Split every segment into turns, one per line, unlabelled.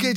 Keď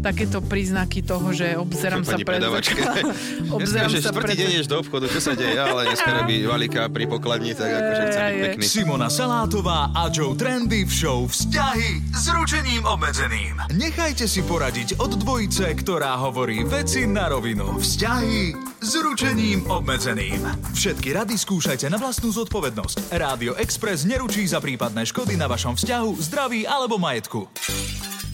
takéto príznaky toho, že obzerám sa
Pani
pred
predavačke.
zrkadlom. obzerám
Dneska, že
sa
štvrtý deň
pred...
ideš do obchodu, čo sa deje, ale dneska robí valika pri pokladni, tak akože chcem byť
Ej, ej.
pekný.
Simona Salátová a Joe Trendy v show Vzťahy s ručením obmedzeným. Nechajte si poradiť od dvojice, ktorá hovorí veci na rovinu. Vzťahy s ručením obmedzeným. Všetky rady skúšajte na vlastnú zodpovednosť. Rádio Express neručí za prípadné škody na vašom vzťahu, zdraví alebo majetku.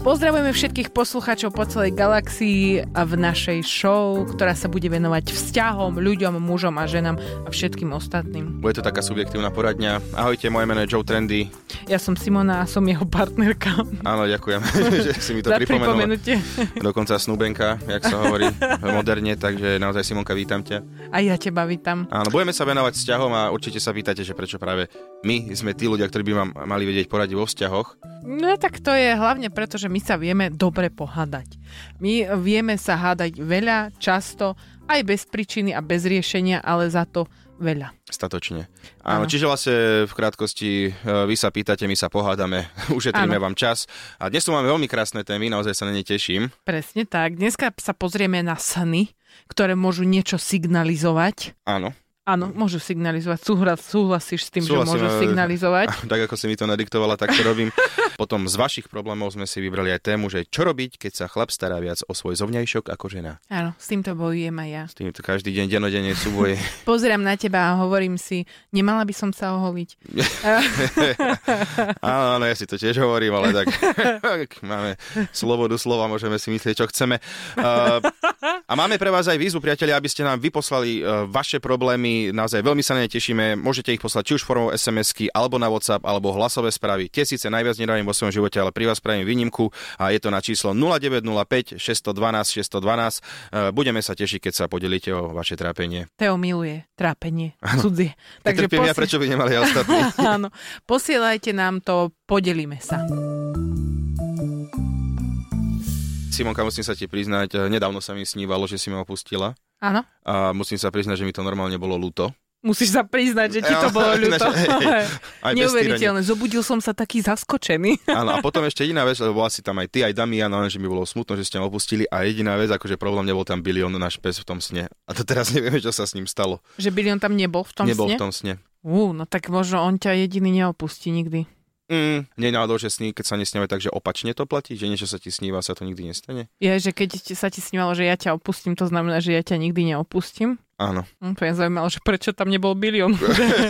Pozdravujeme všetkých poslucháčov po celej galaxii a v našej show, ktorá sa bude venovať vzťahom, ľuďom, mužom a ženám a všetkým ostatným.
Bude to taká subjektívna poradňa. Ahojte, moje meno je Joe Trendy.
Ja som Simona a som jeho partnerka.
Áno, ďakujem, že si mi to
Za
pripomenul.
pripomenutie.
Dokonca snúbenka, jak sa hovorí moderne, takže naozaj Simonka, vítam ťa.
A ja teba vítam.
Áno, budeme sa venovať vzťahom a určite sa pýtate, že prečo práve my sme tí ľudia, ktorí by vám mali vedieť poradiť vo vzťahoch.
No tak to je hlavne preto, že my sa vieme dobre pohádať. My vieme sa hádať veľa, často, aj bez príčiny a bez riešenia, ale za to veľa.
Statočne.
Áno.
Áno, čiže vlastne v krátkosti e, vy sa pýtate, my sa pohádame, ušetríme
Áno.
vám čas. A dnes tu máme veľmi krásne témy, naozaj sa na ne teším.
Presne tak. Dneska sa pozrieme na sny, ktoré môžu niečo signalizovať.
Áno,
Áno, môžu signalizovať. Súhlas, súhlasíš s tým, že
Súhlasím,
môžu
ale-
signalizovať?
tak ako si mi to nadiktovala, tak to robím. Potom z vašich problémov sme si vybrali aj tému, že čo robiť, keď sa chlap stará viac o svoj zovňajšok ako žena.
Áno, s týmto bojujem aj ja.
S tým to každý deň, denodenne súboje.
Pozerám na teba a hovorím si, nemala by som sa oholiť.
Áno, áno, ja si to tiež hovorím, ale tak, tak máme slobodu slova, môžeme si myslieť, čo chceme. Uh, a máme pre vás aj výzvu, priatelia, aby ste nám vyposlali uh, vaše problémy. Naozaj veľmi sa na ne tešíme. Môžete ich poslať či už formou SMS-ky, alebo na WhatsApp, alebo hlasové správy. Tie síce najviac nedávam vo svojom živote, ale pri vás spravím výnimku a je to na číslo 0905 612 612. Uh, budeme sa tešiť, keď sa podelíte o vaše trápenie.
Teo miluje trápenie cudzie.
Takže Trpím ja,
posi-
prečo by nemali aj ostatní?
Áno, posielajte nám to, podelíme sa.
Simonka, musím sa ti priznať, eh, nedávno sa mi snívalo, že si ma opustila.
Áno,
A musím sa priznať, že mi to normálne bolo ľúto.
musíš sa priznať, že ti to bolo ľúto.
Hej, hej, Aj bez týrania.
Neuveriteľné, zobudil som sa taký zaskočený.
Áno, a potom ešte jediná vec, lebo bola si tam aj ty, aj Damian, ale že mi bolo smutno, že ste ma opustili. A jediná vec, akože problém nebol tam bilión náš pes v tom sne. A to teraz nevieme, čo sa s ním stalo.
Že Billy on tam nebol v tom
Nebol
sne?
v tom sne.
Ú, no tak možno on ťa jediný neopustí nikdy.
Mm, nie je náhodou, že sny, keď sa nesnívajú, takže opačne to platí, že niečo sa ti sníva, sa to nikdy nestane.
Je, že keď ti- sa ti snívalo, že ja ťa opustím, to znamená, že ja ťa nikdy neopustím.
Áno.
Hm, to je zaujímalo, že prečo tam nebol bilión.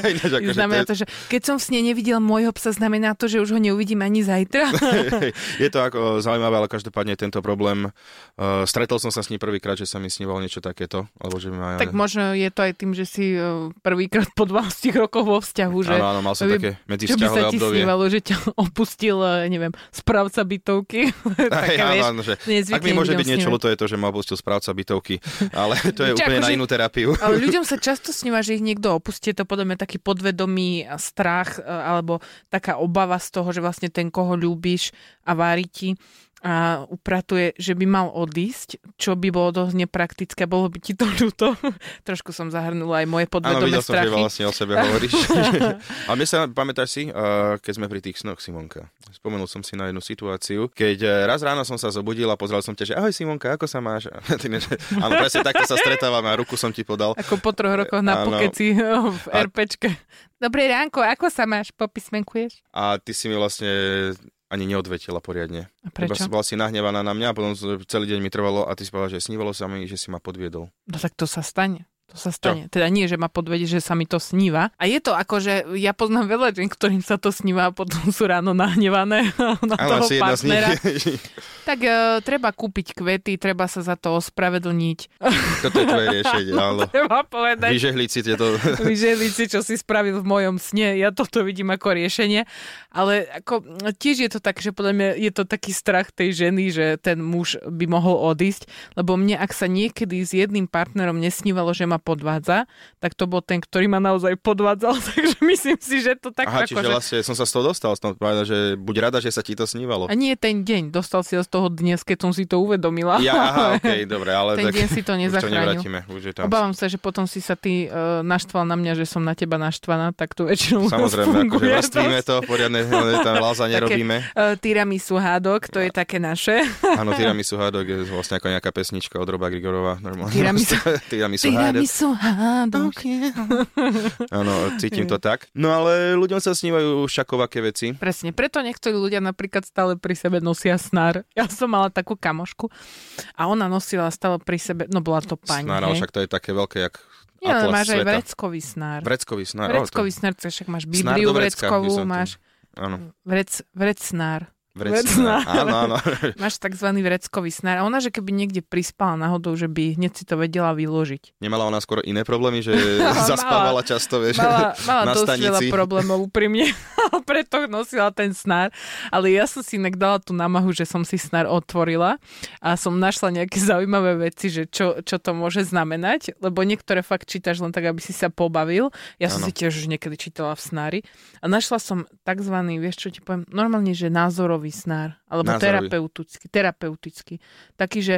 Ináč, akože
znamená to, že keď som v sne nevidel môjho psa, znamená to, že už ho neuvidím ani zajtra.
je to ako eh, zaujímavé, ale každopádne tento problém. Uh, stretol som sa s ním prvýkrát, že sa mi snívalo niečo takéto. Alebo že ma,
tak možno je to aj tým, že si eh, prvýkrát po 12 rokoch vo vzťahu, že
Áno, áno, mal som
Vy-
také
Čo by sa
medzivzťahové
ti
obdobie.
snívalo, že ťa opustil, eh, neviem, správca bytovky? Také,
Aj,
vieš,
áno, že,
nezvykne
ak mi môže
ľuďom
byť niečo
snívať.
ľúto, je to, že ma opustil správca bytovky, ale to je
Čo,
úplne na
akože-
inú terapiu.
Ale ľuďom sa často sníva, že ich niekto opustí, je to podľa mňa taký podvedomý strach eh, alebo taká obava z toho, že vlastne ten, koho ľúbiš a vári ti a upratuje, že by mal odísť, čo by bolo dosť nepraktické, bolo by ti to ľúto. Trošku som zahrnula aj moje
Áno,
podvedomé
videl som, že
strachy.
vlastne o sebe hovoríš. A mne sa, pamätáš si, eh, keď sme pri tých snoch, Simonka, spomenul som si na jednu situáciu, keď eh, raz ráno som sa zobudil a pozrel som ťa, že ahoj Simonka, ako sa máš? A ty ne- Áno, presne takto sa stretávame a ruku som ti podal.
Ako po troch rokoch na
Áno.
pokeci v
A-
RPčke. Dobré ránko, ako sa máš? Popismenkuješ?
A ty si mi vlastne ani neodvetila poriadne.
A
Iba
prečo?
si bola si nahnevaná na mňa a potom celý deň mi trvalo a ty si povedala, že snívalo sa mi, že si ma podviedol.
No tak to sa stane. To To sa stane. Čo? Teda nie, že ma podvedie, že sa mi to sníva. A je to ako, že ja poznám veľa žien, ktorým sa to sníva a potom sú ráno nahnevané na
Áno,
toho
si jedna z nich.
partnera. Tak e, treba kúpiť kvety, treba sa za to ospravedlniť.
Toto je tvoje riešenie, áno.
treba povedať,
Vyžehliť si tieto...
Vyželiť si, čo si spravil v mojom sne. Ja toto vidím ako riešenie. Ale ako, tiež je to tak, že podľa mňa je to taký strach tej ženy, že ten muž by mohol odísť. Lebo mne, ak sa niekedy s jedným partnerom nesnívalo, že ma podvádza, tak to bol ten, ktorý ma naozaj podvádzal. Takže myslím si, že to tak akože-
Aha,
ako,
čiže
že...
vlastne som sa z toho dostal, som povedal, že buď rada, že sa ti to snívalo.
A nie ten deň. Dostal si ho z toho dnes, keď som si to uvedomila.
Ja, aha, okej, dobre, ale
Ten
tak
deň si to
už to
nezachránil.
nevrátime. Už je tam.
Obávam sa, že potom si sa ty uh, naštval na mňa, že som na teba naštvaná, tak to väčšinou
Samozrejme, akože
funguje
vrstvíme
dosť.
to, poriadne ale tam láza nerobíme.
Uh, tiramisu hádok, to je také naše.
Áno, tiramisu hádok je vlastne ako nejaká pesnička od Roba Grigorova. Normálne.
Tiramisu-
tiramisu hádok.
Tiramisu hádok.
Áno, cítim to tak. No ale ľuďom sa snívajú všakovaké veci.
Presne, preto niektorí ľudia napríklad stále pri sebe nosia snár. Ja som mala takú kamošku a ona nosila stále pri sebe, no bola to pani.
Snára,
hej.
však to je také veľké, jak
Nie, ale
atlas
máš aj
sveta.
vreckový snár.
Vreckový snár. ó, to-
Vreckový snár, to je však máš
Snár
Bibliu
do vrecka, by
vreckovú,
som to-
máš
Áno,
vrec, vrec snár.
vrec
Vrec
snár.
snár.
Áno, áno.
Máš tzv. vreckový snár. A ona, že keby niekde prispala náhodou, že by hneď si to vedela vyložiť.
Nemala ona skôr iné problémy, že
Mala.
zaspávala často, vieš,
Mala, mala
na
dosť veľa
stanici.
problémov úprimne, preto nosila ten snár. Ale ja som si inak dala tú námahu, že som si snár otvorila a som našla nejaké zaujímavé veci, že čo, čo to môže znamenať, lebo niektoré fakt čítaš len tak, aby si sa pobavil. Ja som si
Áno.
tiež už niekedy čítala v snári. A našla som tzv. vieš čo ti poviem, normálne, že názorový snár, alebo
Názorový.
terapeutický, terapeutický. Taký, že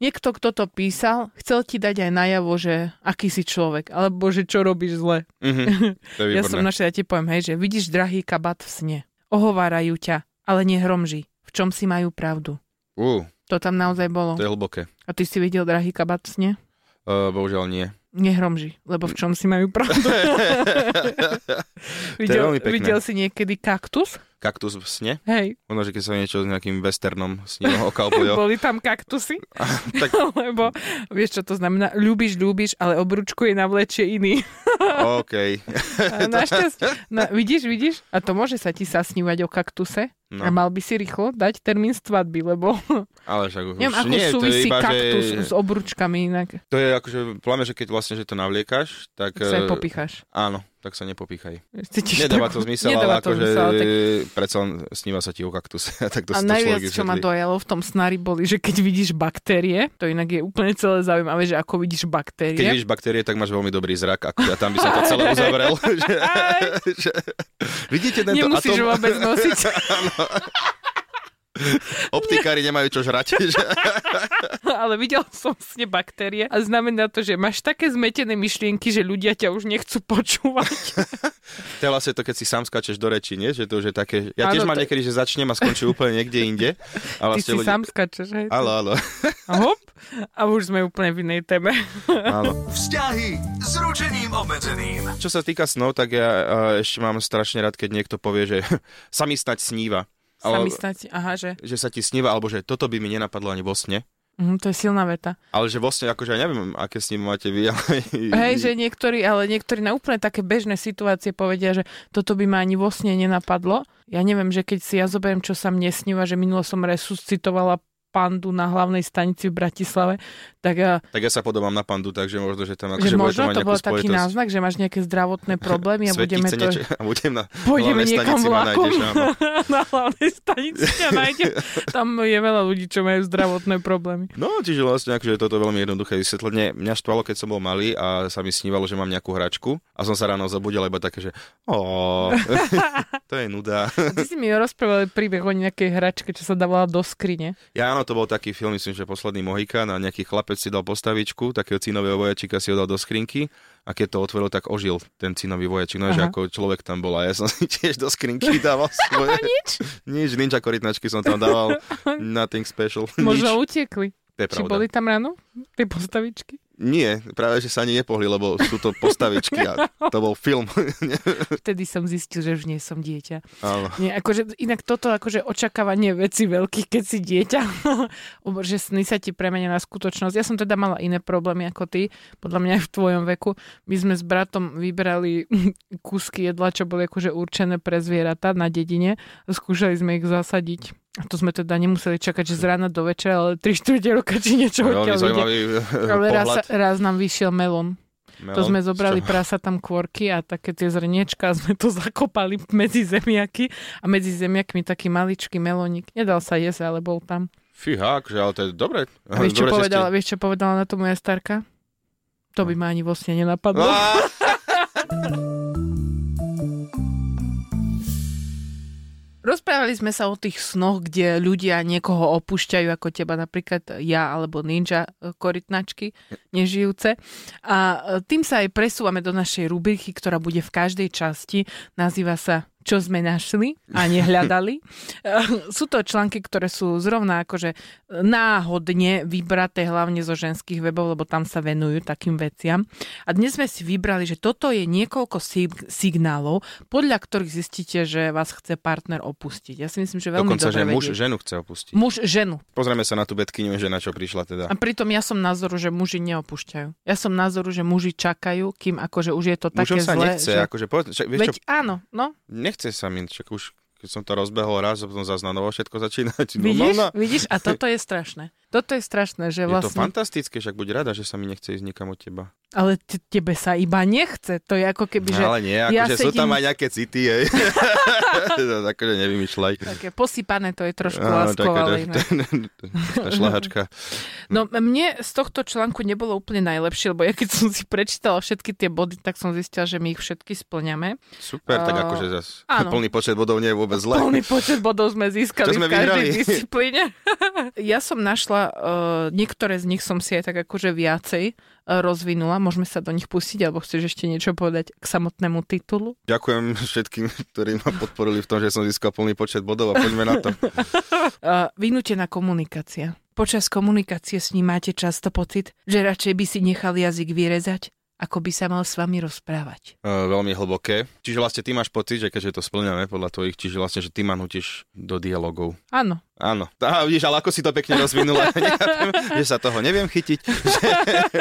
niekto, kto to písal, chcel ti dať aj najavo, že aký si človek, alebo že čo robíš zle.
Mhm, to je
Ja som
výborné.
našla, ja ti poviem, hej, že vidíš drahý kabát v sne. Ohovárajú ťa, ale nehromží. V čom si majú pravdu?
Ú,
To tam naozaj bolo.
to je hlboké.
A ty si videl drahý kabát v sne?
Uh, bohužiaľ nie.
Nehromží, lebo v čom si majú pravdu. videl,
veľmi pekné.
videl si niekedy kaktus?
Kaktus v sne?
Hej,
Ono, že keď sa niečo s nejakým westernom snilo o cowboyoch.
boli tam kaktusy?
tak,
Lebo vieš, čo to znamená? Ľúbiš, ľúbiš, ale obručku je navlečie iný.
OK.
A Našťastie. Na, vidíš, vidíš? A to môže sa ti sasnívať o kaktuse? No. A
No,
mal by si rýchlo dať termín svadby, lebo
ale však už
neviem, ako
nie, to je
súvisí
iba,
kaktus
že...
s obručkami inak.
To je akože, plame, že keď vlastne, že to navliekaš, tak...
Tak sa aj
eh,
popíchaš.
Áno, tak sa nepopíchaj.
Cítiš
Nedáva
takú-
to zmysel,
nedáva
ale
to
akože
zmysel, ale tak-
eh, predsa len sníva sa ti o kaktuse. tak to
A
si to
najviac,
človek
čo ma
vysvetlí.
dojalo v tom snári, boli, že keď vidíš baktérie, to inak je úplne celé zaujímavé, že ako vidíš baktérie.
Keď vidíš baktérie, tak máš veľmi dobrý zrak. Ako ja tam by som to celé uzavrel. že,
Aj.
že, vidíte tento
Nemusíš
atom?
vôbec nosiť.
Optikári nemajú čo žrať. Že?
ale videl som sne baktérie a znamená to, že máš také zmetené myšlienky, že ľudia ťa už nechcú počúvať.
To je vlastne to, keď si sám skáčeš do reči, nie? Že to už je také... Ja
Áno,
tiež mám
to-
niekedy, že začnem a skončím úplne niekde inde.
Ty
A vlastne
si sám skačeš, hej?
Áno, áno.
A hop, a už sme úplne v inej téme.
áno.
Vzťahy s ručením obmedzeným.
Čo sa týka snov, tak ja eh, ešte mám strašne rád, keď niekto povie, že sa mi snať sníva.
Sami
Ale,
stať, aha, že
že sa ti sníva, alebo že toto by mi nenapadlo ani vo sne.
Mhm, to je silná veta.
Ale že vlastne, akože ja neviem, aké s ním máte vy, ale...
Hej, že niektorí, ale niektorí na úplne také bežné situácie povedia, že toto by ma ani vo sne nenapadlo. Ja neviem, že keď si ja zoberiem, čo sa mne sníva, že minulo som resuscitovala pandu na hlavnej stanici v Bratislave, tak a,
Tak ja sa podobám na pandu, takže možno, že tam
že
akože bude to
možno
mať
to
nejakú
bol taký
spojitosť.
náznak, že máš nejaké zdravotné problémy a
Svetice
budeme to...
niečo- a budem na
Pôjdeme
hlavnej
niekam
stanici no. ma
vlakom
nájdeš, áno.
na hlavnej stanici ťa nájdem. Tam je veľa ľudí, čo majú zdravotné problémy.
No, čiže vlastne akože toto je veľmi jednoduché vysvetlenie. Mňa štvalo, keď som bol malý a sa mi snívalo, že mám nejakú hračku a som sa ráno zobudil iba také, že o, to je nuda.
A ty si mi rozprával príbeh o nejakej hračke, čo sa dávala do skrine.
Ja áno, to bol taký film, myslím, že posledný Mohikán a nejaký chlapec si dal postavičku, takého cínového vojačika si ho dal do skrinky a keď to otvoril, tak ožil ten cínový vojačik. No, že
Aha.
ako človek tam bol a ja som si tiež do skrinky dával svoje.
Nič.
Nič, ninja korytnačky som tam dával. Nothing special.
Možno
Nič.
utekli.
To je
Či
pravda.
boli tam ráno tie postavičky?
Nie, práve že sa ani nepohli, lebo sú to postavičky a to bol film.
Vtedy som zistil, že už nie som dieťa.
Áno.
Nie, akože, inak toto akože očakávanie veci veľkých, keď si dieťa, že sny sa ti premenia na skutočnosť. Ja som teda mala iné problémy ako ty, podľa mňa aj v tvojom veku. My sme s bratom vybrali kúsky jedla, čo boli akože určené pre zvieratá na dedine. Skúšali sme ich zasadiť. A to sme teda nemuseli čakať, že z rána do večera, ale 3 čtvrte roka či niečo
Veľmi
odtiaľ ide.
zaujímavý
Ale raz,
pohľad.
raz nám vyšiel melón.
Melon.
To sme zobrali prasa tam kôrky a také tie zrniečka a sme to zakopali medzi zemiaky a medzi zemiakmi taký maličký melónik. Nedal sa jesť, ale bol tam.
Fíha, akože, ale to je dobre.
A vieš, čo,
Dobre ste-
povedala, vieš, čo povedala na to moja starka? To
No.
by No. ma ani vo sne nenapadlo.
Á,
Rozprávali sme sa o tých snoch, kde ľudia niekoho opúšťajú, ako teba napríklad ja alebo ninja e, korytnačky nežijúce. A e, tým sa aj presúvame do našej rubriky, ktorá bude v každej časti. Nazýva sa čo sme našli a nehľadali. E, Sú to články, ktoré sú zrovna akože náhodne vybraté hlavne zo ženských webov, lebo tam sa venujú takým veciam. A dnes sme si vybrali, že toto je niekoľko sig- signálov, podľa ktorých zistíte, že vás chce partner opustiť. Ja si myslím, že veľmi
Dokonca,
dobre
že muž
vedieť.
ženu chce opustiť.
muž ženu.
Pozrieme sa na tú bedkyňu, že na čo prišla teda.
A pritom ja som názoru, že muži neopúšťajú. Ja som názoru, že muži čakajú, kým akože už je to
Mužom
také
sa
zlé.
nechce,
že...
akože povedz, čak, vieš
Veď
čo,
áno, no.
nechce sa mi, čak už keď som to rozbehol raz a potom zase na novo všetko začínať. No,
Vidíš?
no, no.
Vidíš? A toto je strašné. Toto je strašné, že
Je to
vlastne...
fantastické, však buď rada, že sa mi nechce ísť nikam od teba.
Ale t- tebe sa iba nechce. To je ako keby, že
Ale nie,
ja
akože sú tam
sedím-
aj nejaké city, hej. No, akože nevymýšľaj.
také posypané to je trošku
Áno,
lásko,
taká-
ale inak.
Tá šlahačka.
No mne z tohto článku nebolo úplne najlepšie, lebo ja keď som si prečítala všetky tie body, tak som zistila, že my ich všetky splňame.
Super, tak
A-
akože zas,
áno.
plný počet bodov nie je vôbec zle.
Plný počet bodov sme získali
Čo
v
sme
každej
vyhrali?
disciplíne. ja som našla, uh, niektoré z nich som si aj tak akože viacej eh, rozvinula. Môžeme sa do nich pustiť, alebo chceš ešte niečo povedať k samotnému titulu?
Ďakujem všetkým, ktorí ma podporili v tom, že som získal plný počet bodov a poďme na to.
Uh, vynútená komunikácia. Počas komunikácie s ním máte často pocit, že radšej by si nechal jazyk vyrezať, ako by sa mal s vami rozprávať.
Uh, veľmi hlboké. Čiže vlastne ty máš pocit, že keďže to splňame podľa tvojich, čiže vlastne, že ty ma nutíš do dialogov.
Áno,
Áno. Á, vidíš, ale ako si to pekne rozvinula. Nechápem, že sa toho neviem chytiť.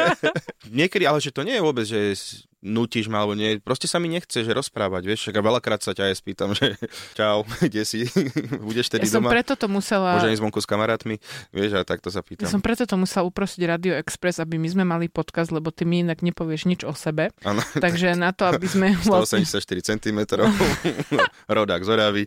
Niekedy, ale že to nie je vôbec, že s- nutíš ma, alebo nie. Proste sa mi nechce, že rozprávať, vieš. Však a veľakrát sa ťa aj spýtam, že čau, kde si? Budeš tedy
ja som
doma?
preto to musela...
Môžem ísť vonku s kamarátmi? Vieš, a takto sa
Ja
pýtam.
som preto to musela uprosiť Radio Express, aby my sme mali podcast, lebo ty mi inak nepovieš nič o sebe.
Áno.
Takže na to, aby sme... vlastne-
184 cm, rodák z Oravy.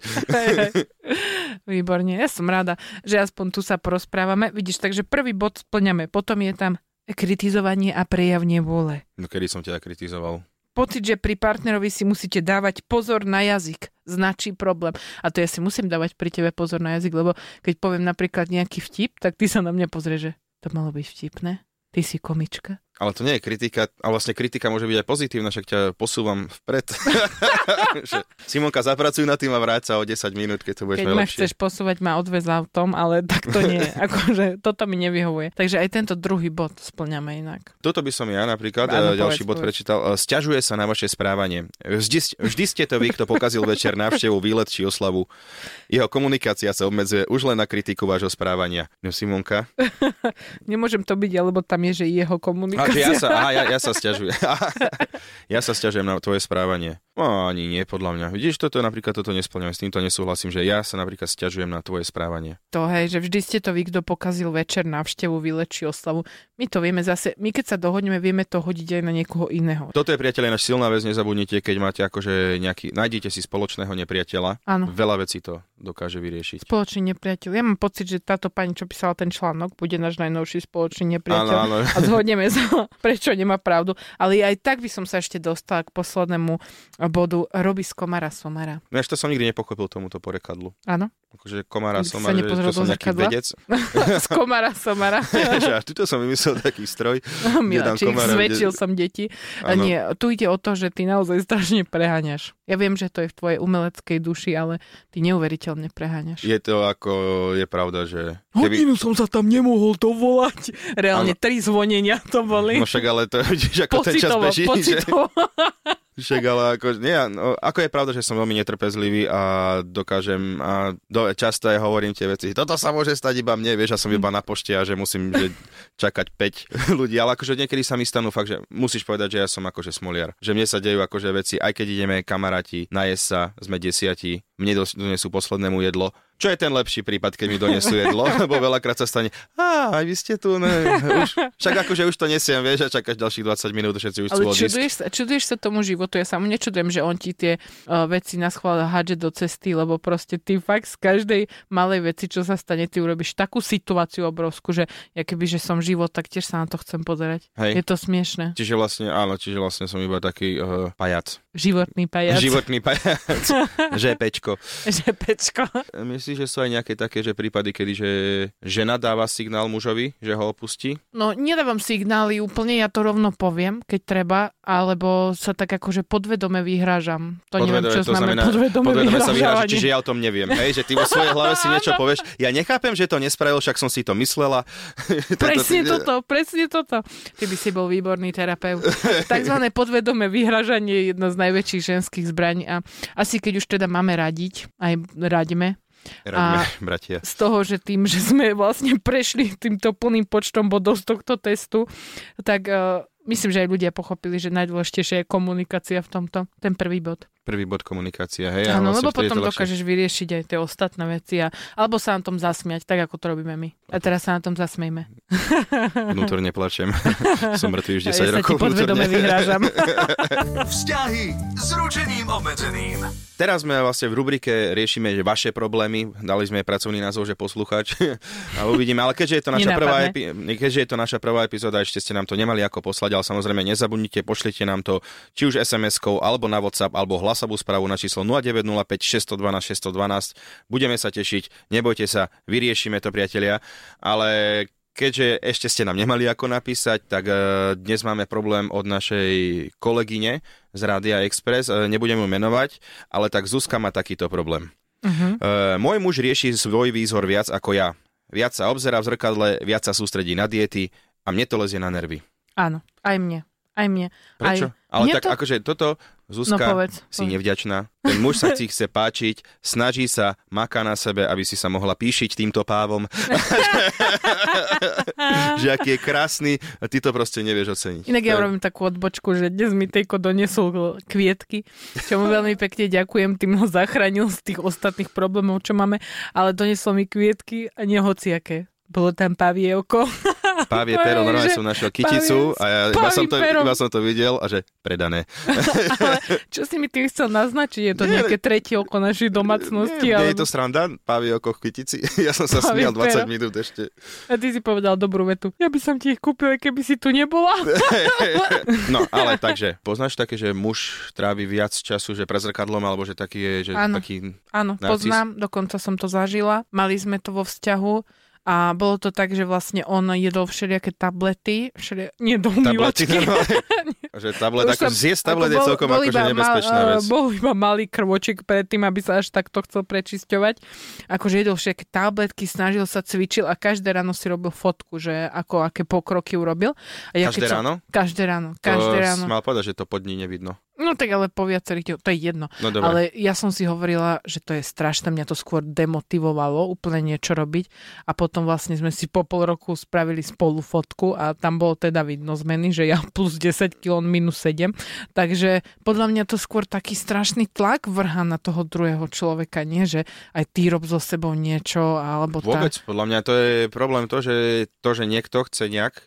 Výborne, ja som rada, že aspoň tu sa porozprávame. Vidíš, takže prvý bod splňame, potom je tam kritizovanie a prejav nevôle.
No kedy som ťa kritizoval?
Pocit, že pri partnerovi si musíte dávať pozor na jazyk, značí problém. A to ja si musím dávať pri tebe pozor na jazyk, lebo keď poviem napríklad nejaký vtip, tak ty sa na mňa pozrieš, že to malo byť vtipné. Ty si komička.
Ale to nie je kritika, a vlastne kritika môže byť aj pozitívna, však ťa posúvam vpred. Že, Simonka, zapracuj na tým a vráť sa o 10 minút, keď to budeš
Keď ma
najlepšie.
chceš posúvať, ma odvez autom, ale tak to nie. Akože toto mi nevyhovuje. Takže aj tento druhý bod splňame inak.
Toto by som ja napríklad,
Áno,
Áno,
povedz,
ďalší bod
povedz.
prečítal. E, Sťažuje sa na vaše správanie. Vždy, vždy ste to vy, kto pokazil večer návštevu, výlet či oslavu. Jeho komunikácia sa obmedzuje už len na kritiku vášho správania. No Simonka,
Nemôžem to byť, lebo tam je, že jeho
A, že
komunikácia.
ja sa, aha, ja, ja sa sťažujem. ja sa sťažujem na tvoje správanie. No, ani nie, podľa mňa. Vidíš, toto napríklad toto nesplňujem, s týmto nesúhlasím, že ja sa napríklad sťažujem na tvoje správanie.
To hej, že vždy ste to vy, kto pokazil večer návštevu, vyleči oslavu. My to vieme zase, my keď sa dohodneme, vieme to hodiť aj na niekoho iného.
Toto je, priateľe, náš silná vec, nezabudnite, keď máte akože nejaký, nájdete si spoločného nepriateľa.
Áno.
Veľa vecí to dokáže vyriešiť.
Spoločný nepriateľ. Ja mám pocit, že táto pani, čo písala ten článok, bude náš najnovší spoločný nepriateľ.
Áno, áno.
a zhodneme sa, prečo nemá pravdu. Ale aj tak by som sa ešte dostala k poslednému eh, bodu Robí z komara somara.
No až to som nikdy nepochopil tomuto porekadlu.
Áno?
Akože komára
Nikdy
som,
sa
ale že
nepozrel
to
do
som nejaký
zrkadla?
vedec.
z komara somara.
že až tuto som vymyslel taký stroj.
Miláčik,
komára, kde-
zväčšil som deti. A
Áno.
nie, tu ide o to, že ty naozaj strašne preháňaš. Ja viem, že to je v tvojej umeleckej duši, ale ty neuveriteľne preháňaš.
Je to ako, je pravda, že...
Hodinu som sa tam nemohol dovolať. Reálne tri zvonenia to boli.
No však ale to vidíš, ako ten čas
Pocitovo,
beží. Že,
pocitovo.
však ale ako, nie, no, ako je pravda, že som veľmi netrpezlivý a dokážem, a do, často aj hovorím tie veci, toto sa môže stať iba mne, vieš, ja som iba na pošte a že musím že, čakať 5 ľudí, ale akože niekedy sa mi stanú fakt, že musíš povedať, že ja som akože smoliar, že mne sa dejú akože veci, aj keď ideme kamaráti, najesť sa, sme desiatí, mne dos- donesú poslednému jedlo, čo je ten lepší prípad, keď mi donesú jedlo, lebo veľakrát sa stane, a aj vy ste tu, ne, už, však akože už to nesiem, vieš, a čakáš ďalších 20 minút, všetci už
Ale
chcú odísť.
čuduješ sa, čuduješ sa tomu životu. Ja sa mu nečudujem, že on ti tie uh, veci na schvál hádže do cesty, lebo proste ty fakt z každej malej veci, čo sa stane, ty urobíš takú situáciu obrovskú, že ja keby, že som život, tak tiež sa na to chcem pozerať. Je
Hej.
to smiešne.
Čiže vlastne, áno, čiže vlastne som iba taký uh, pajac.
Životný pajac.
Životný pajac. Žepečko.
že pečko.
Myslíš, že sú aj nejaké také že prípady, kedy že žena dáva signál mužovi, že ho opustí?
No, nedávam signály úplne, ja to rovno poviem, keď treba, alebo sa tak akože podvedome vyhrážam. To neviem, čo
to
znamená
znamená,
podvedome,
podvedome sa vyhráža,
vyhrážanie.
čiže ja o tom neviem. Hej, že ty vo svojej hlave si niečo povieš. Ja nechápem, že to nespravil, však som si to myslela. Tento-
Presne toto, presne toto. Ty by si bol výborný terapeut. Takzvané podvedomé vyhražanie je jedna z najväčších ženských zbraní a asi keď už teda máme radiť, aj radíme,
Radíme, bratia.
z toho, že tým, že sme vlastne prešli týmto plným počtom bodov z tohto testu, tak eh, myslím, že aj ľudia pochopili, že najdôležitejšia je komunikácia v tomto, ten prvý bod.
Prvý bod komunikácia, hej. a
Áno,
vlastne
lebo
vtedy je
potom
to ľahšie.
dokážeš vyriešiť aj tie ostatné veci a, alebo sa na tom zasmiať, tak ako to robíme my. A teraz sa na tom zasmejme.
Vnútorne plačem. som mŕtvy už
Ja
10
sa ti
rokov
podvedome
vnútorne.
vyhrážam.
Vzťahy s ručením obmedzeným.
Teraz sme vlastne v rubrike riešime že vaše problémy. Dali sme jej pracovný názov, že posluchač. A uvidíme, ale keďže je to naša prvá
Nenápadné.
epi- keďže je to naša prvá epizóda, ešte ste nám to nemali ako poslať, ale samozrejme nezabudnite, pošlite nám to či už SMS-kou, alebo na WhatsApp, alebo hlasovú správu na číslo 0905 612 612. Budeme sa tešiť, nebojte sa, vyriešime to, priatelia. Ale keďže ešte ste nám nemali ako napísať, tak e, dnes máme problém od našej kolegyne z Rádia Express, e, nebudem ju menovať, ale tak Zuzka má takýto problém.
Mhm.
E, Môj muž rieši svoj výzhor viac ako ja. Viac sa obzerá v zrkadle, viac sa sústredí na diety a mne to lezie na nervy.
Áno, aj mne. Aj mne.
Prečo?
Aj...
Ale
mne
tak
to-
akože toto,
No
Zuzka,
povedz.
si
povedz.
nevďačná. Ten muž sa ti chce páčiť, snaží sa, maká na sebe, aby si sa mohla píšiť týmto pávom. že aký je krásny a ty to proste nevieš oceniť.
Inak ja
To je-
robím takú odbočku, že dnes mi Tejko donesol kvietky, čo mu veľmi pekne ďakujem, tým ho zachránil z tých ostatných problémov, čo máme, ale donesol mi kvietky a nehociaké. Bolo tam pavievko.
Pávie pero,
Hovorí,
normálne
že
som našiel kyticu a ja iba
pavím
som, to,
perom.
iba som to videl a že predané.
Čo si mi tým chcel naznačiť? Je to
Nie,
nejaké tretie oko našej domácnosti?
Nie, nie je
alebo...
to sranda, pávie oko v kytici. Ja som sa
Pavie
smial 20
pero.
minút ešte.
A ty si povedal dobrú vetu. Ja by som ti ich kúpil, aj keby si tu nebola.
No, ale takže, poznáš také, že muž trávi viac času, že pre zrkadlom, alebo že taký je, že
Áno.
taký...
Áno,
Narcis.
poznám, dokonca som to zažila. Mali sme to vo vzťahu a bolo to tak, že vlastne on jedol všelijaké tablety, všelijaké, nie do
Tablety, no.
umývačky.
normálne. že tablet,
Už
ako
som-
zjesť tablet je
bol-
celkom
bol
akože
iba
nebezpečná
mal,
vec.
eh, Bol iba malý krvoček predtým, aby sa až takto chcel prečisťovať. Akože jedol všetky tabletky, snažil sa, cvičil a každé ráno si robil fotku, že ako, aké pokroky urobil. A ja,
Každé
keď som-
ráno?
Každé ráno, každé
to
ráno.
si mal povedať, že to pod ní nevidno.
No tak ale po viacerých, dňoch, to je jedno.
No dobre.
Ale ja som si hovorila, že to je strašné, mňa to skôr demotivovalo úplne niečo robiť a potom vlastne sme si po pol roku spravili spolu fotku a tam bolo teda vidno zmeny, že ja plus 10 kg, on minus 7. Takže podľa mňa to skôr taký strašný tlak vrha na toho druhého človeka, nie? Že aj ty rob so sebou niečo alebo tak.
Vôbec, podľa mňa to je problém to, že to, že niekto chce nejak e,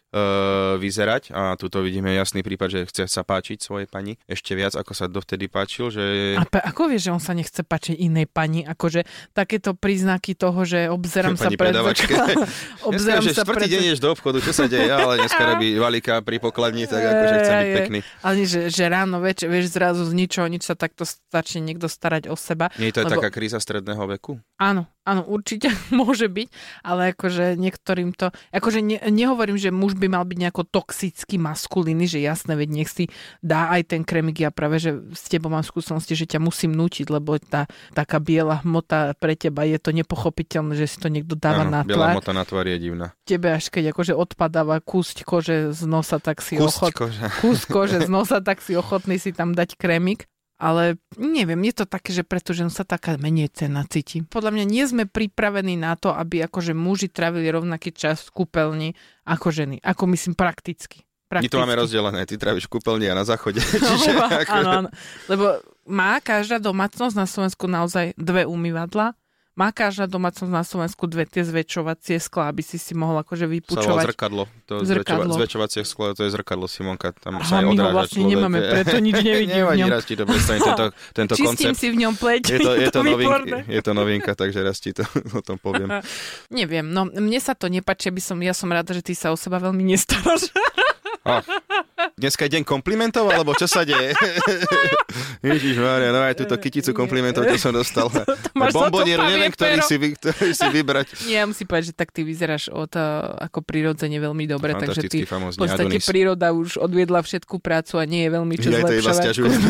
vyzerať a tu to vidíme jasný prípad, že chce sa páčiť svojej pani ešte viac, ako sa dovtedy páčil, že...
A pe, ako vieš, že on sa nechce páčiť inej pani? Akože takéto príznaky toho, že obzerám sa
Pani
pred
predavačke.
zrkadlom,
Dneska,
obzerám
že
sa
štvrtý
pred...
deň ješ do obchodu, čo sa deje, ale dneska robí valika pri pokladni, tak akože chce byť
Ej, ej.
pekný.
Ale nie, že, že ráno, večer, vieš, zrazu z ničoho nič sa takto začne niekto starať o seba.
Nie, to je
Lebo-
taká kríza stredného veku.
Áno, áno, určite môže byť, ale akože niektorým to... Akože ne, nehovorím, že muž by mal byť nejako toxický, maskulíny, že jasné, veď nech si dá aj ten kremik. Ja práve, že s tebou mám skúsenosti, že ťa musím nútiť, lebo tá taká biela hmota pre teba je to nepochopiteľné, že si to niekto dáva na
biela
tlak.
mota na tvári je divná.
Tebe až keď akože odpadáva kúsť kože z nosa, tak si ochot,
Kustko, že...
kus kože z nosa, tak si ochotný si tam dať krémik. Ale neviem, je to také, že pretože sa taká menej cena cíti. Podľa mňa nie sme pripravení na to, aby akože muži trávili rovnaký čas v kúpeľni ako ženy. Ako myslím prakticky.
My
prakticky.
to máme rozdelené, ty tráviš v kúpeľni a na záchode. Čiže
Uha,
ako...
áno, áno. Lebo má každá domácnosť na Slovensku naozaj dve umývadla. Má každá domácnosť na Slovensku dve tie zväčšovacie skla, aby si si mohol akože
sa volá
vypučovať.
zrkadlo. To
Zrkadlo.
zrkadlo. Zväčšovacie sklo, to je zrkadlo Simonka.
Aha,
Tam sa aj
my ho
odráža
vlastne
človek.
nemáme, preto nič nevidím v
Nevadí,
ňom.
raz ti to prestane tento, tento
Čistím
koncept.
si v ňom pleť.
Je to, je, to
výborné.
novinka, je to novinka, takže raz ti to o tom poviem.
Neviem, no mne sa to nepáči, aby som, ja som rada, že ty sa o seba veľmi nestaráš.
Dneska je deň komplimentov, alebo čo sa deje? Ježiš Mária, no aj túto kyticu komplimentov, čo som dostal.
máš za to
Bombonier,
pavie
neviem, ktorý
pero.
si, vy, ktorý si vybrať.
Nie, ja musím povedať, že tak ty vyzeráš od, a, ako prirodzene veľmi dobre, takže ty
Fantastický, famózny
v podstate
Adonis.
príroda už odviedla všetku prácu a nie je veľmi čo
Ja to iba
zlepšovať.
sťažujem.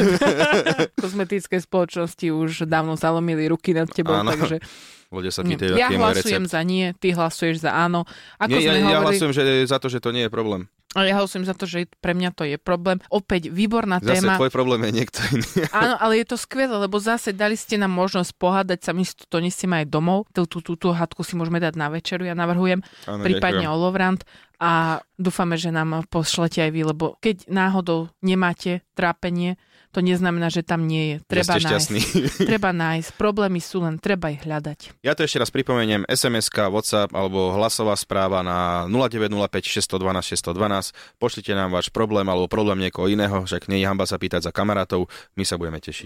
Kozmetické spoločnosti už dávno zalomili ruky nad tebou,
Áno.
takže
Ľudia sa
nie.
pýtajú,
No. ja
aký je môj recept.
hlasujem za nie, ty hlasuješ za áno. Ako
Nie, ja,
sme
ja
hovorili,
hlasujem že za to, že to nie je problém.
ale ja hlasujem za to, že pre mňa to je problém. Opäť výborná
Zase
téma.
tvoj problém je niekto iný.
Áno, ale je to skvelé, lebo zase dali ste nám možnosť pohádať sa, my si to nesieme aj domov. Tú, tú, tú, tú hadku si môžeme dať na večeru, ja navrhujem,
Áno,
prípadne
No, ďakujem.
olovrant a dúfame, že nám pošlete aj vy, lebo keď náhodou nemáte trápenie, to neznamená, že tam nie je.
Že
Treba
ste
nájsť.
šťastní.
Treba nájsť. Problémy sú len, treba ich hľadať.
Ja to ešte raz pripomeniem, sms WhatsApp alebo hlasová správa na 0905 612 612. Pošlite nám váš problém alebo problém niekoho iného, však nie je hamba sa pýtať za kamarátov, my sa budeme tešiť.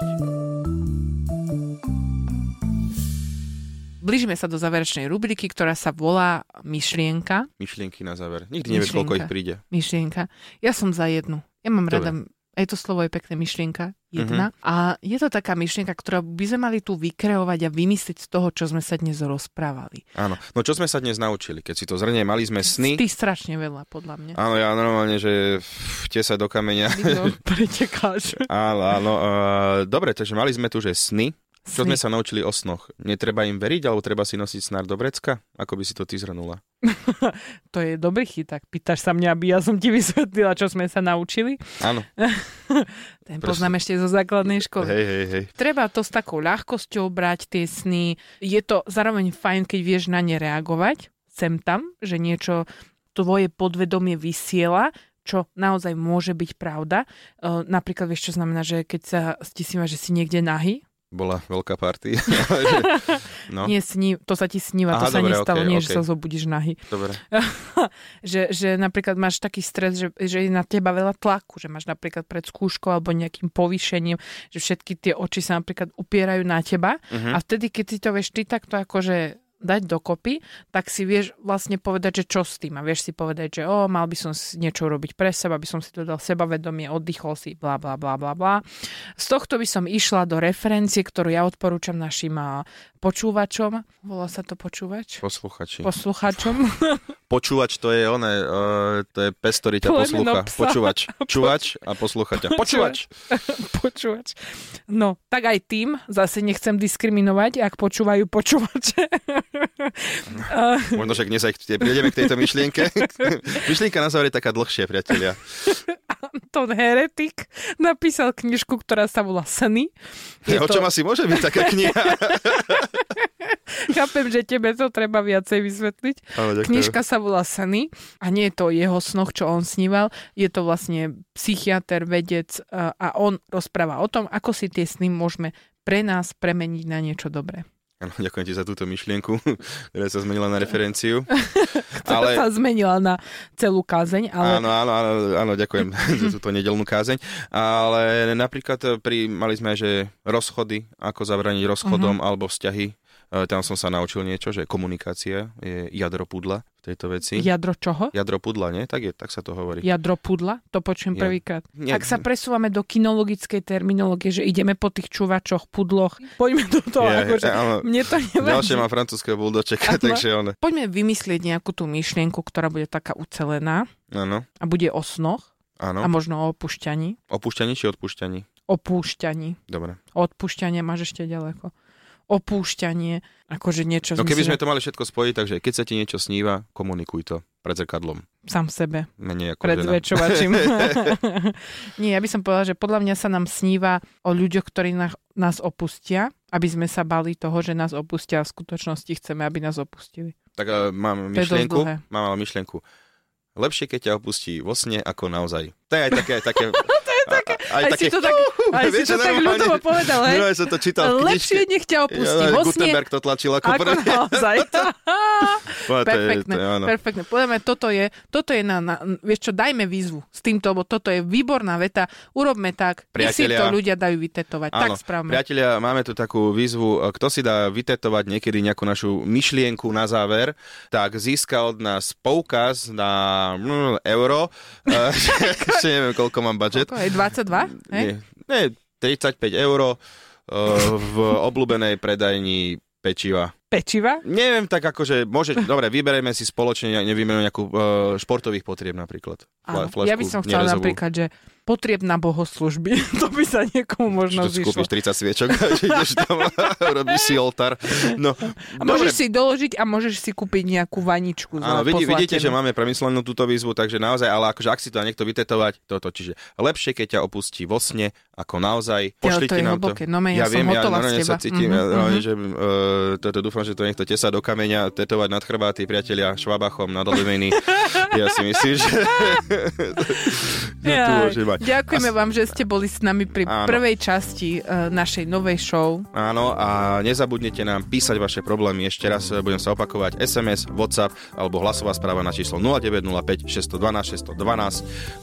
Blížime sa do záverečnej rubriky, ktorá sa volá Myšlienka.
Myšlienky na záver. Nikdy nevieš, koľko
Myšlienka.
ich príde.
Myšlienka. Ja som za jednu. Ja mám
Dobre. Mhm.
rada, aj to slovo je pekné, myšlienka, jedna. A je to taká myšlienka, ktorá by sme mali tu vykreovať a vymyslieť z toho, čo sme sa dnes rozprávali.
Áno. No čo sme sa dnes naučili? Keď si to zhrnie, mali sme sny.
Ty strašne veľa, podľa mňa.
Áno, ja normálne, že v- tie sa do kameňa.
Ty to pretekáš.
Áno, áno. Uh, dobre, takže mali sme tu, že sny. Čo sme
Sny.
sa naučili o snoch? Netreba im veriť, alebo treba si nosiť snár do vrecka? Ako by si to ty zhrnula?
To je dobrý chyták. Pýtaš sa mňa, aby ja som ti vysvetlila, čo sme sa naučili.
Áno.
Ten
Presne.
poznám ešte zo základnej školy.
Hej, hej, hej.
treba to s takou ľahkosťou brať, tie sny. Je to zároveň fajn, keď vieš na ne reagovať, sem tam, že niečo tvoje podvedomie vysiela, čo naozaj môže byť pravda. Uh, napríklad vieš, čo znamená, že keď sa ti si že si niekde nahý,
Bola veľká party. no,
nie sní, to sa ti sníva,
Aha,
to sa
dobre,
nestalo,
okej,
nie, že
okej.
sa zobudíš nahý.
dobre.
že, že napríklad máš taký stres, že, že je na teba veľa tlaku, že máš napríklad pred skúškou alebo nejakým povýšením, že všetky tie oči sa napríklad upierajú na teba uh-huh. a vtedy, keď si to vieš ty takto akože dať dokopy, tak si vieš vlastne povedať, že čo s tým a vieš si povedať, že o, mal by som si niečo robiť pre seba, by som si to dal sebavedomie, oddychol si, bla, bla, bla, bla, bla. Z tohto by som išla do referencie, ktorú ja odporúčam našim a, počúvačom. Volá sa to počúvač?
Posluchači.
Poslucháčom.
Počúvač to je oné, uh, to je pes, ktorý ťa
Plemeno
poslúcha.
psa.
Počúvač. Čúvač a poslúcha ťa. Počúvač!
počúvač. No, tak aj tým, zase nechcem diskriminovať, ak počúvajú počúvače.
Možno však dnes aj k- prídeme k tejto myšlienke. Myšlienka na záver je taká dlhšia, priatelia.
Anton Heretik napísal knižku, ktorá sa volá Sny. Je
o
to-
čom asi môže byť taká kniha?
Chápem, že tebe to treba viacej vysvetliť.
Áno, ďakujem.
Knižka sa volá Sny a nie je to o jeho snoch, čo on sníval. Je to vlastne psychiatr, vedec e, a on rozpráva o tom, ako si tie sny môžeme pre nás premeniť na niečo dobré.
Áno, ďakujem ti za túto myšlienku, ktorá sa zmenila na referenciu.
Ale... sa zmenila na celú kázeň, ale
Áno, áno, áno, áno, ďakujem za túto nedelnú kázeň. Ale napríklad eh, pri, mali sme aj, že rozchody, ako zabraniť
Mhm.
rozchodom uh-huh. alebo vzťahy. E, Tam som sa naučil niečo, že komunikácia je jadro pudla v tejto veci.
jadro čoho?
Jadro pudla, nie? Tak, je, tak sa to hovorí.
Jadro pudla? To počujem
Ja-
prvýkrát.
Nie-
Ak sa presúvame do kinologickej terminológie, že ideme po tých čuvačoch, pudloch, poďme do toho,
Je, eh,
akože
áno.
mne to nevadí.
Ďalšie má francúzského buldočeka,
Áno.
takže on...
Poďme vymyslieť nejakú tú myšlienku, ktorá bude taká ucelená
Áno,
a bude o snoch
áno.
a možno o opúšťaní.
Opúšťaní či odpúšťaní?
Opúšťaní.
Dobre.
Odpúšťanie máš ešte ďaleko. Opúšťanie, akože niečo
No keby sme
zmysle-
to mali všetko spojiť, takže keď sa ti niečo sníva, komunikuj to pred zrkadlom.
sám sebe.
Menej ako
pred
žena.
zväčšovačím. Nie, ja by som povedala, že podľa mňa sa nám sníva o ľuďoch, ktorí nás, nás opustia, aby sme sa bali toho, že nás opustia a v skutočnosti chceme, aby nás opustili.
Tak uh,
To
mám
je dosť
myšlienku,
dlhé.
mám ale myšlienku. Lepšie, keď ťa opustí vo sne, ako naozaj. To je aj také... také to je také... Aj,
Aj, si to tak, aj si
Vieš,
to
čo,
tak
normálne-
ľudovo povedal, hej?
Druhé som to čítal v knižke.
Lepšie nech ťa opustí
Ja,
vo sne,
Gutenberg to tlačil ako,
ako
prvý.
naozaj.
To je- to je-
perfektné,
to je áno.
perfektné. Podľa mňa toto je, toto je na, na, vieš čo, dajme výzvu s týmto, lebo toto je výborná veta. Urobme tak, nech si
Priatelia.
to ľudia dajú vytetovať. Tak
Áno.
správame.
Priatelia, máme tu takú výzvu, E, kto si dá vytetovať niekedy nejakú našu myšlienku na záver, tak získa od nás poukaz na mm, euro. Eh, Ešte neviem, koľko mám budget.
Koľko je? 22? Hej?
Nie, nie, 35 eur e, v obľúbenej predajni pečiva.
Pečiva?
Neviem, tak akože, môže, dobre, vybereme si spoločne, ja neviem, nejakú uh, športových potrieb napríklad.
Áno.
Fla- flašku
ja by som chcela
nerezovú.
napríklad, že potriebná bohoslužby, to by sa niekomu možno
Že si
zišlo.
kúpiš 30 sviečok a že ideš tam a robíš si oltár. No,
A môžeš si doložiť a môžeš si kúpiť nejakú vaničku. za
Áno, vidí, vidíte, že
pozlatenú.
máme premyslenú túto výzvu, takže naozaj, ale akože ak si to dá niekto vytetovať, toto, čiže lepšie, keď ťa opustí vo sne, ako naozaj.
Ja,
Pošlite
to je
nám
hlboké.
to.
No, men, ja som hotová z
normálne sa
teba.
cítim,
Mhm,
ja, normálne,
mhm.
že uh, toto dúfam, že to niekto tesá do kameňa, tetovať nad chrbáty, priatelia, švabachom, nad oliviny. ja si myslím, že to
Jaj,
môže mať.
Ďakujeme
As-
vám, že ste boli s nami pri
Áno.
prvej časti e, našej novej show.
Áno, a nezabudnite nám písať vaše problémy. Ešte raz eh, budem sa opakovať. SMS, WhatsApp alebo hlasová správa na číslo 0905 612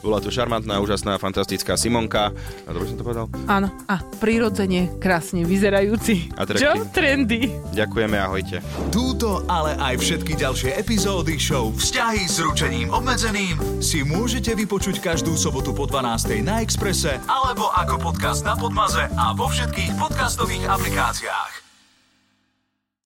612. Bola tu šarmantná, úžasná, fantastická Simonka. A dobre som to povedal?
Áno. A prirodzene krásne vyzerajúci.
Atraktívny.
Joe Trendy.
Ďakujeme, ahojte.
Túto, ale aj všetky ďalšie epizódy show Vzťahy s ručením obmedzeným si môžete vypočuť každú sobotu po 12. na Exprese alebo ako podcast na Podmaze a vo všetkých podcastových aplikáciách.